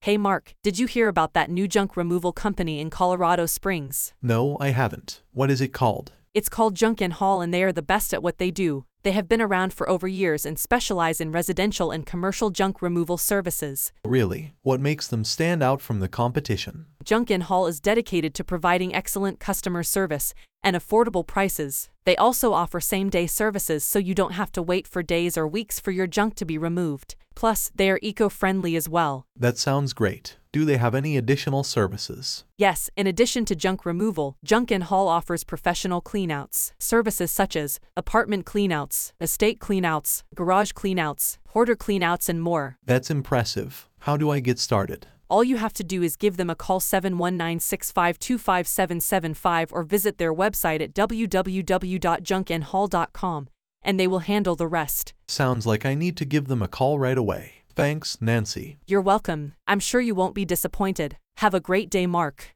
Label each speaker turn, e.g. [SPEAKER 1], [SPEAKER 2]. [SPEAKER 1] Hey Mark, did you hear about that new junk removal company in Colorado Springs?
[SPEAKER 2] No, I haven't. What is it called?
[SPEAKER 1] It's called Junk and Haul and they are the best at what they do. They have been around for over years and specialize in residential and commercial junk removal services.
[SPEAKER 2] Really, what makes them stand out from the competition?
[SPEAKER 1] Junk and Haul is dedicated to providing excellent customer service and affordable prices. They also offer same day services so you don't have to wait for days or weeks for your junk to be removed. Plus, they are eco friendly as well.
[SPEAKER 2] That sounds great. Do they have any additional services?
[SPEAKER 1] Yes, in addition to junk removal, Junk and Haul offers professional cleanouts, services such as apartment cleanouts, estate cleanouts, garage cleanouts, hoarder cleanouts, and more.
[SPEAKER 2] That's impressive. How do I get started?
[SPEAKER 1] All you have to do is give them a call 719-652-5775 or visit their website at www.junkandhaul.com and they will handle the rest.
[SPEAKER 2] Sounds like I need to give them a call right away. Thanks, Nancy.
[SPEAKER 1] You're welcome. I'm sure you won't be disappointed. Have a great day, Mark.